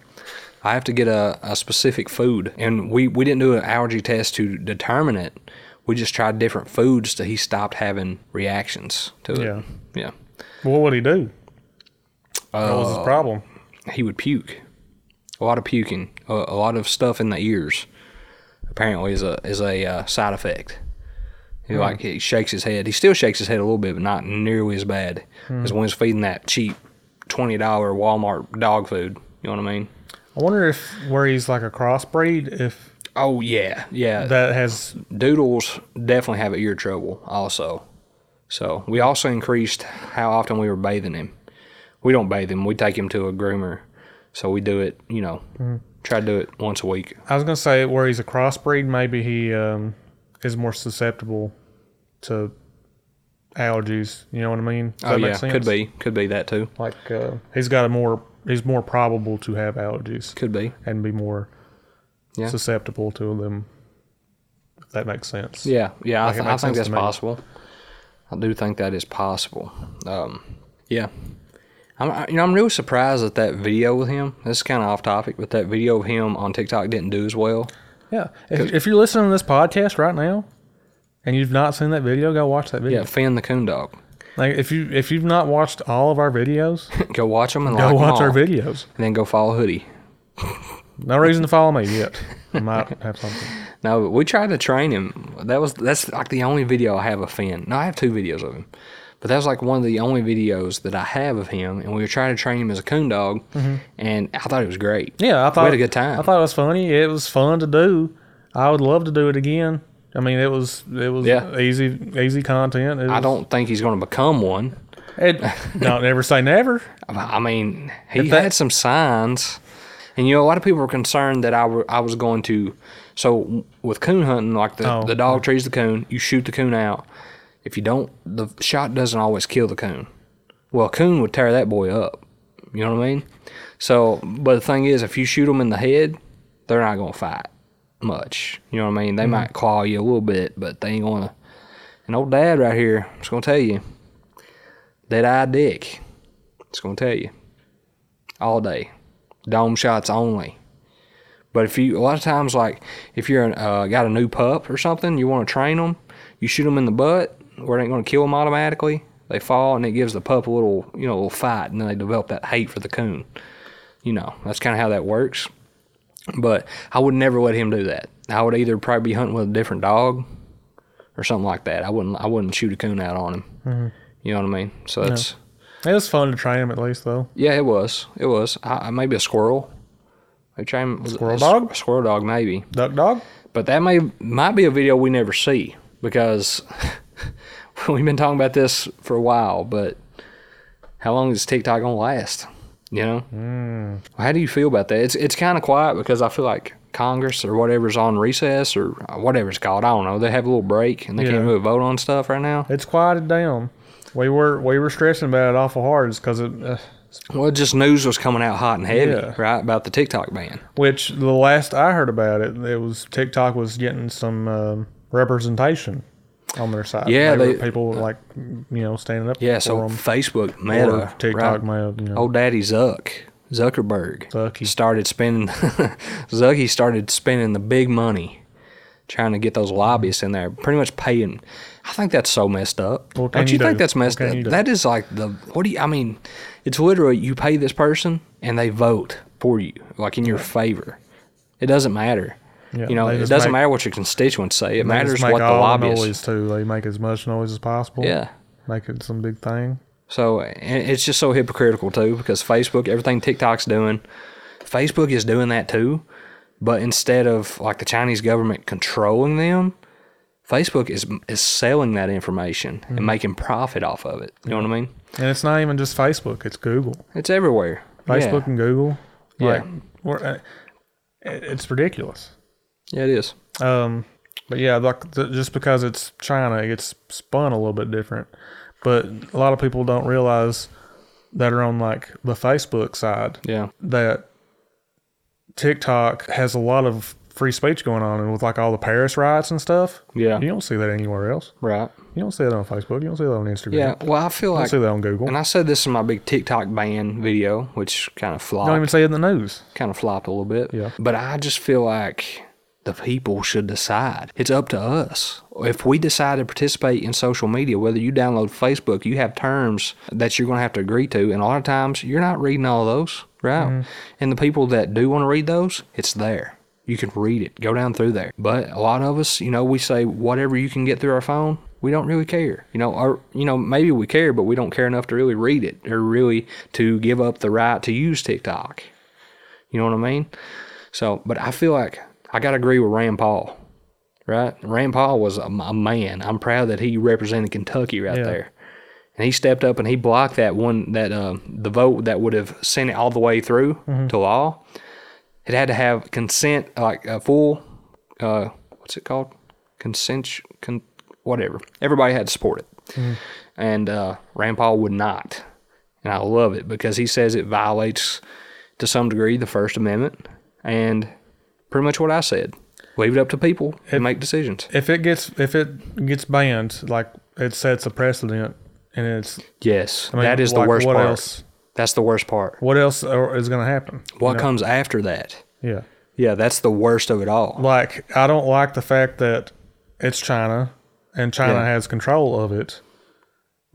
A: I have to get a, a specific food, and we, we didn't do an allergy test to determine it. We just tried different foods till he stopped having reactions to it.
B: Yeah.
A: Yeah.
B: What would he do? what
A: Uh,
B: was his problem?
A: He would puke. A lot of puking, a, a lot of stuff in the ears. Apparently, is a is a uh, side effect. He like he shakes his head. He still shakes his head a little bit, but not nearly as bad as when he's feeding that cheap twenty dollar Walmart dog food. You know what I mean?
B: I wonder if where he's like a crossbreed, if
A: Oh yeah, yeah.
B: that has
A: Doodles definitely have ear trouble also. So we also increased how often we were bathing him. We don't bathe him. We take him to a groomer So we do it, you know, try to do it once a week.
B: I was gonna say where he's a crossbreed, maybe he um, is more susceptible to allergies. You know what I mean? Does
A: oh
B: that make
A: yeah,
B: sense?
A: could be, could be that too.
B: Like uh, he's got a more he's more probable to have allergies
A: Could be.
B: and be more
A: Yeah.
B: susceptible to them. If that makes sense.
A: Yeah, yeah, I,
B: it
A: th- I
B: makes
A: think
B: sense
A: that's
B: to me.
A: possible. I do think that is possible. Um, yeah, I'm I, you know I'm really surprised that that video with him. This is kind of off topic, but that video of him on TikTok didn't do as well.
B: Yeah. If, if you're listening to this podcast right now and you've not seen that video, go watch that video.
A: Yeah, Finn the Coon Dog.
B: Like if you if you've not watched all of our videos,
A: go watch them and
B: go
A: like 'em
B: watch our
A: all,
B: videos.
A: and then go follow Hoodie.
B: No reason to follow me yet. I might have something.
A: No, but we tried to train him. That was that's like the only video I have of Finn. No, I have two videos of him, but that was like one of the only videos that I have of him. And we were trying to train him as a coon dog, and I thought it was great.
B: Mm-hmm. Yeah, I thought
A: we had a good time.
B: I thought it was funny. It was fun to do. I would love to do it again. I mean, it was it was
A: Yeah.
B: easy easy content. It
A: I
B: was-
A: don't think he's going to become one.
B: It, don't ever say never.
A: I mean, he
B: If that-
A: had some signs, and you know, a lot of people were concerned that I were, I was going to. So with coon hunting, like the,
B: Oh.
A: the dog trees the coon, you shoot the coon out. If you don't, the shot doesn't always kill the coon. Well, a coon would tear that boy up. You know what I mean? So, but the thing is, if you shoot them in the head, they're not going to fight much. You know what I mean? They might claw you a little bit, but they ain't going to. An old dad right here, I'm just going to tell you. That eye dick. It's gonna tell you. All day. Dome shots only. But if you a lot of times like if you're an, uh, got a new pup or something, you want to train them, you shoot them in the butt where it ain't gonna kill them automatically. They fall and it gives the pup a little you know a little fight and then they develop that hate for the coon. You know that's kind of how that works. But I would never let him do that. I would either probably be hunting with a different dog or something like that. I wouldn't I wouldn't shoot a coon out on him. You know what I mean? So that's.
B: It was fun to train him at least though.
A: Yeah, it was. It was. I, I- maybe a squirrel. They train was it
B: Squirrel
A: a s-
B: dog?
A: a squirrel dog, maybe.
B: Duck dog.
A: But that may might be a video we never see because we've been talking about this for a while. But how long is TikTok gonna last? You know. Mm.
B: Hmm.
A: How do you feel about that? It's it's kind of quiet because I feel like Congress or whatever's on recess or whatever it's called. I don't know. They have a little break and they
B: Yeah.
A: can't really vote on stuff right now.
B: It's quieted down. We were we were stressing about it awful hard, just because it. Uh,
A: Well, just news was coming out hot and heavy,
B: Yeah.
A: right, about the TikTok ban.
B: Which the last I heard about it, it was TikTok was getting some um, representation on their side.
A: Yeah,
B: They were-
A: they-
B: people like you know standing up.
A: Yeah,
B: for
A: so
B: 'em.
A: Facebook,
B: or
A: Meta,
B: TikTok
A: right?
B: may have, you know.
A: old daddy Zuck, Zuckerberg,
B: Zucky.
A: started spending. Zucky started spending the big money, trying to get those lobbyists in there, pretty much paying. I think that's so messed up.
B: What can
A: Don't you,
B: you
A: think
B: do?
A: that's messed
B: What can
A: up?
B: you do?
A: That is like the what do you? I mean, it's literally you pay this person and they vote for you, like in your favor. It doesn't matter.
B: Yeah,
A: you know,
B: they
A: it
B: just
A: doesn't
B: make-
A: matter what your constituents say. It
B: They just
A: matters
B: make
A: what the
B: all
A: lobbyists.
B: noise too. They make as much noise as possible.
A: Yeah.
B: make it some big thing.
A: So and it's just so hypocritical too because Facebook, everything TikTok's doing, Facebook is doing that too. But instead of like the Chinese government controlling them, Facebook is is selling that information
B: Mm-hmm.
A: and making profit off of it. You know what I mean?
B: And it's not even just Facebook; it's Google,
A: It's everywhere.
B: Facebook and Google.
A: Yeah.
B: Like, we're, uh, it- it's ridiculous.
A: Yeah, yeah it is.
B: Um, but yeah, like th- just because it's China, it gets spun a little bit different. But a lot of people don't realize that are on like the Facebook side
A: Yeah.
B: that TikTok has a lot of free speech going on, and with like all the Paris riots and stuff,
A: Yeah.
B: you don't see that anywhere else.
A: Right.
B: You don't see that on Facebook. You don't see that on Instagram.
A: Yeah. Well, I feel
B: you
A: like,
B: don't see that on
A: and
B: Google.
A: I said this in my big TikTok ban video, which kind of flopped.
B: You don't even see it in the news.
A: kind of flopped a little bit.
B: Yeah.
A: But I just feel like the people should decide. It's up to us. If we decide to participate in social media, whether you download Facebook, you have terms that you're going to have to agree to. And a lot of times you're not reading all those, right? And the people that do want to read those, it's there. You can read it, go down through there. But a lot of us, you know, we say whatever you can get through our phone, we don't really care. You know, or you know, maybe we care, but we don't care enough to really read it or really to give up the right to use TikTok. You know what I mean? So, but I feel like I got to agree with Rand Paul, right? Rand Paul was a, a man. I'm proud that he represented Kentucky right
B: Yeah.
A: there. and he stepped up and he blocked that one that uh, the vote that would have sent it all the way through to law. It had to have consent, like a full, uh, what's it called? Consent, con- whatever. Everybody had to support it, and uh, Rand Paul would not. And I love it because he says it violates, to some degree, the First Amendment, and pretty much what I said. Leave it up to people to make decisions.
B: If it gets if it gets banned, like it sets a precedent, and it's
A: Yes,
B: mean,
A: that is
B: like,
A: the worst
B: what
A: part.
B: else?
A: That's the worst part.
B: what else are- is going to happen?
A: What comes after that?
B: Yeah,
A: Yeah, that's the worst of it all.
B: like I don't like the fact that it's China, and China
A: Yeah.
B: has control of it,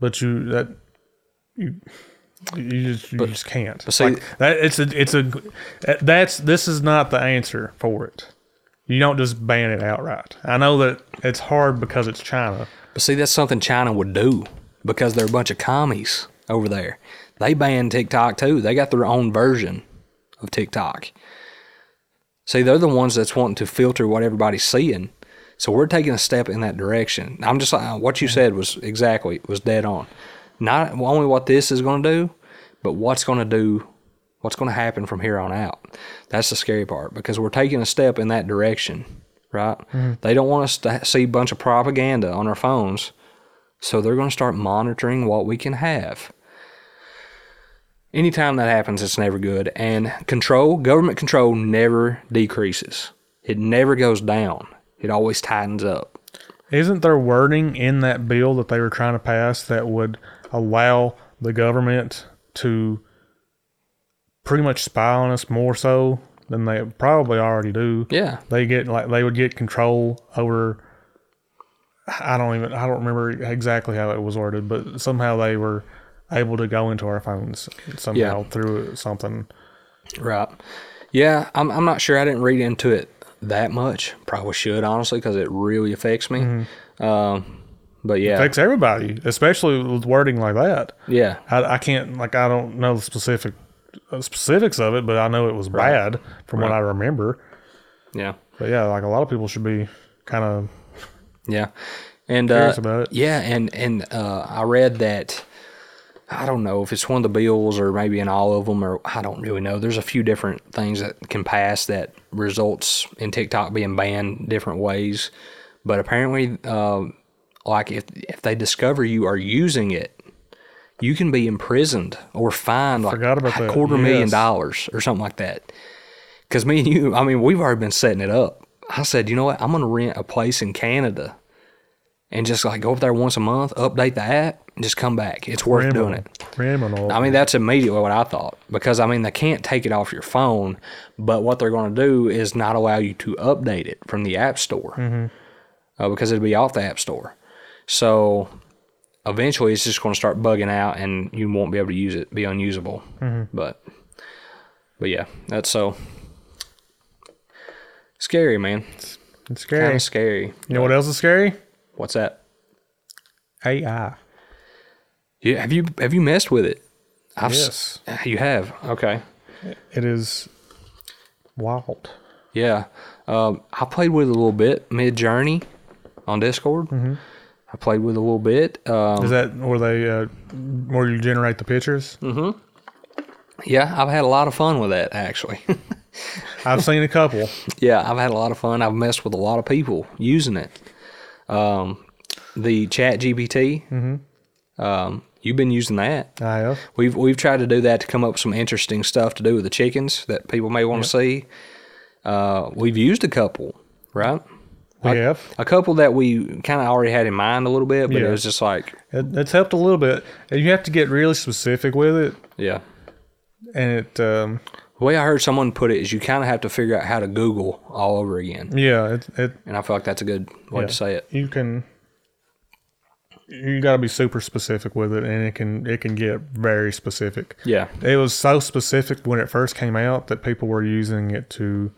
B: but you that you. You just you just can't.
A: see-
B: like that, it's a it's a that's this is not the answer for it. You don't just ban it outright. I know that it's hard because it's China,
A: But see, that's something China would do because they're a bunch of commies over there. They ban TikTok too. They got their own version of TikTok. See, they're the ones that's wanting to filter what everybody's seeing. So we're taking a step in that direction. I'm just like what you said was exactly was dead on. Not only what this is going to do, but what's going to do, what's going to happen from here on out. That's the scary part because we're taking a step in that direction, right? They don't want us to ha- see a bunch of propaganda on our phones, so they're going to start monitoring what we can have. Anytime that happens, it's never good. And control, government control never decreases. It never goes down. It always tightens up.
B: Isn't there wording in that bill that they were trying to pass that would allow the government to pretty much spy on us more so than they probably already do?
A: Yeah.
B: They get like they would get control over. I don't even I don't remember exactly how it was worded, but somehow they were able to go into our phones somehow through something.
A: Right. Yeah, I'm, I'm not sure. I didn't read into it that much. Probably should, honestly, because it really affects me. Um, but yeah.
B: Affects everybody, especially with wording like that.
A: yeah.
B: I, I can't like I don't know the specific uh, specifics of it, but I know it was bad from what I remember.
A: Yeah.
B: But yeah, like a lot of people should be kind of
A: Yeah, and uh,
B: Curious about it.
A: yeah, and and uh, I read that. I don't know if it's one of the bills or maybe in all of them, or I don't really know. There's a few different things that can pass that results in TikTok being banned different ways, but apparently, uh, like if if they discover you are using it, you can be imprisoned or fined like
B: Forgot about
A: a
B: that.
A: quarter million
B: Yes.
A: dollars or something like that. Because me and you, I mean, we've already been setting it up. I said, you know what? I'm going to rent a place in Canada and just like go up there once a month, update the app, and just come back. It's worth doing
B: criminal.
A: it.
B: criminal.
A: I mean, that's immediately what I thought because I mean, they can't take it off your phone, but what they're going to do is not allow you to update it from the App Store uh, because it'd be off the App Store. So eventually it's just going to start bugging out and you won't be able to use it, be unusable. But, but yeah, that's so scary, man.
B: it's
A: Kind
B: scary.
A: of scary.
B: you know what else is scary?
A: What's that?
B: AI.
A: Yeah, have you have you messed with it? I've
B: Yes,
A: S- you have. Okay.
B: it is wild.
A: Yeah. Um, I played with it a little bit mid journey on Discord. Mm-hmm. I played with it a little bit. Um,
B: Is that where they uh, where you generate the pictures?
A: Hmm. yeah, I've had a lot of fun with that actually.
B: I've seen a couple.
A: yeah, I've had a lot of fun. I've messed with a lot of people using it. Um, the Chat GPT. Mm-hmm. Um, you've been using that.
B: I have.
A: We've we've tried to do that to come up with some interesting stuff to do with the chickens that people may want to see. Uh, we've used a couple, right?
B: We
A: I-
B: have.
A: A couple that we kind of already had in mind a little bit, but
B: Yeah.
A: it was just like,
B: It, it's helped a little bit. And you have to get really specific with it,
A: yeah.
B: and it um,
A: The way I heard someone put it is you kind of have to figure out how to Google all over again,
B: yeah, it, it
A: and I feel like that's a good way to
B: Yeah.
A: say it.
B: you can you got to be super specific with it and it can it can get very specific
A: Yeah,
B: it was so specific when it first came out that people were using it to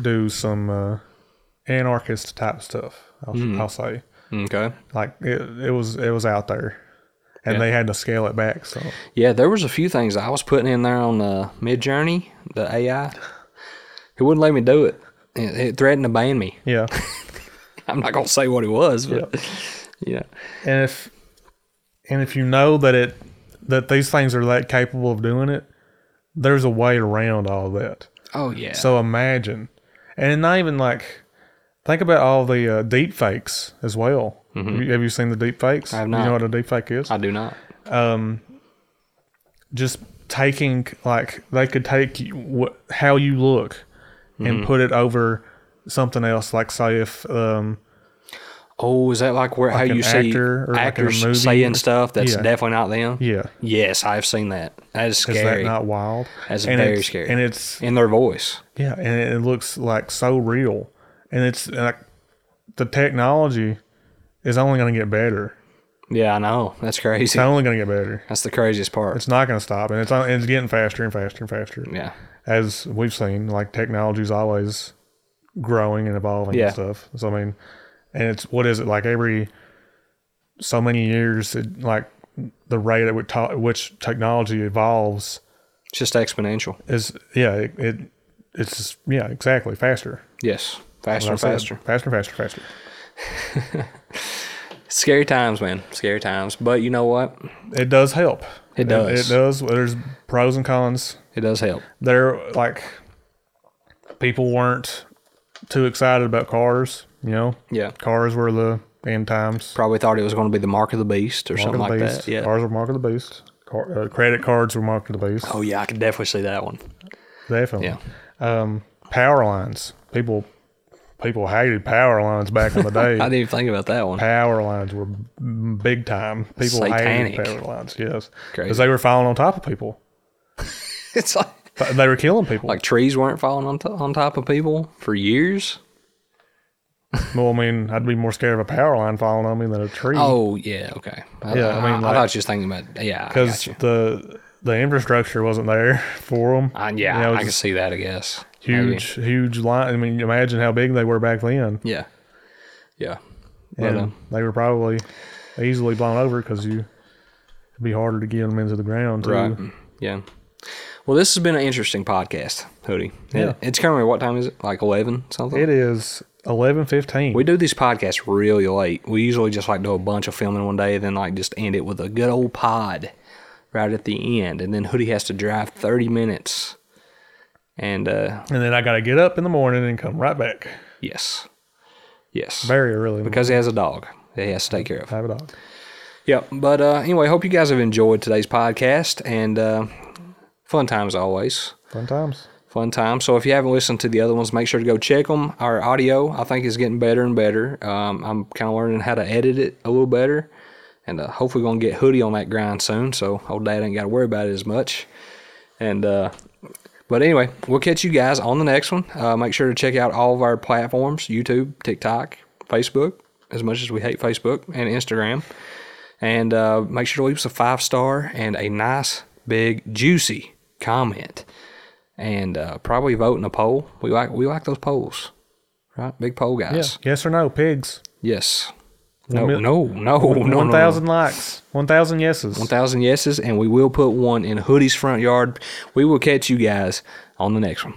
B: do some uh, anarchist type stuff I'll,
A: Hmm.
B: I'll say
A: okay.
B: like it, it was it was out there and they had to scale it back so
A: Yeah, there was a few things I was putting in there on the Mid Journey, the AI. It wouldn't let me do it. It, it threatened to ban me.
B: yeah
A: I'm not gonna say what it was, but yeah.
B: and if and if you know that it that these things are that capable of doing it, there's a way around all that.
A: Oh yeah.
B: So imagine, and not even like think about all the uh, deep fakes as well. Have, you, have you seen the deep fakes?
A: I have
B: You
A: not.
B: know what a deep fake is?
A: I do not.
B: just taking like they could take you, wh- how you look and put it over something else like say if um
A: Oh, is that like where
B: Like
A: how
B: an
A: you see
B: actor or like in a
A: actors
B: movie?
A: saying stuff that's
B: Yeah.
A: definitely not them?
B: yeah
A: Yes, I've seen that. That is
B: is
A: scary
B: that not wild
A: That's
B: And
A: very
B: it's-
A: scary.
B: and it's
A: in their voice.
B: yeah and it looks like so real and it's like the technology is only going to get better
A: Yeah, I know. That's crazy.
B: it's only going to get better
A: That's the craziest part.
B: it's not going to stop and it's on, it's getting faster and faster and faster
A: yeah.
B: as we've seen, like technology's always growing and evolving
A: Yeah.
B: and stuff. So I mean, and it's what is it like every so many years? It, like the rate at which, to- which technology evolves
A: It's just exponential.
B: is yeah, it, it it's just, yeah exactly faster,
A: Yes. Faster and
B: That's it.
A: faster.
B: faster, faster, faster.
A: Scary times, man. Scary times. But you know what?
B: It does help.
A: It does.
B: It, does. There's pros and cons.
A: It does help.
B: There like people weren't too excited about cars. You know,
A: Yeah.
B: cars were the end times.
A: Probably thought it was going to be the mark of the beast or something
B: Mark
A: like
B: of the
A: that.
B: Beast.
A: Yeah.
B: Cars were mark of the beast. Car, uh, credit cards were mark of the beast.
A: Oh yeah, I could definitely see that one.
B: Definitely.
A: Yeah.
B: Um, power lines. People, people hated power lines back in the
A: I
B: day.
A: didn't even think about that one.
B: power lines were m- big time. People
A: Satanic.
B: hated power lines. Yes,
A: Crazy.
B: because they were falling on top of people.
A: It's like
B: Th- They were killing people.
A: like trees weren't falling on, to on top of people for years.
B: well, I mean, I'd be more scared of a power line falling on me than a tree.
A: Oh yeah, okay. I,
B: Yeah,
A: I,
B: I mean,
A: I
B: like-
A: thought you was thinking about yeah. I
B: because
A: got you.
B: the the infrastructure wasn't there for them.
A: I, Uh, yeah,
B: you know,
A: I can
B: just
A: see that. I guess Maybe.
B: huge, huge line. I mean, imagine how big they were back then.
A: Yeah, yeah. But,
B: and
A: um,
B: they were probably easily blown over because you it'd be harder to get them into the ground too.
A: right. Yeah. Well, this has been an interesting podcast, Hoodie.
B: Yeah.
A: It, it's currently what time is it? Like eleven something.
B: It is eleven fifteen.
A: we do these podcasts really late. We usually just like do a bunch of filming one day, then like just end it with a good old pod right at the end, and then Hoodie has to drive thirty minutes. And uh,
B: and then I got to get up in the morning and come right back
A: yes, yes,
B: very Uh, early because
A: because he has a dog that he has to take care of.
B: I have a dog.
A: Yep. But uh, anyway, hope you guys have enjoyed today's podcast and uh, fun times always.
B: Fun times.
A: Fun time. So if you haven't listened to the other ones, make sure to go check them. Our audio, I think, is getting better and better. Um, I'm kind of learning how to edit it a little better, and uh, hopefully, gonna get hoodie on that grind soon. So old dad ain't got to worry about it as much. And uh, but anyway, we'll catch you guys on the next one. Uh, make sure to check out all of our platforms: YouTube, TikTok, Facebook. As much as we hate Facebook and Instagram, and uh, make sure to leave us a five star and a nice big juicy comment and uh, probably vote in a poll. We like we like those polls, right? Big poll
B: Yeah.
A: guys.
B: Yes or no? Pigs.
A: Yes. No,
B: mil-
A: no, Oh, no, no, no,
B: one
A: no.
B: thousand likes. One thousand yeses.
A: 1,000 yeses, and we will put one in Hoodie's front yard. We will catch you guys on the next one.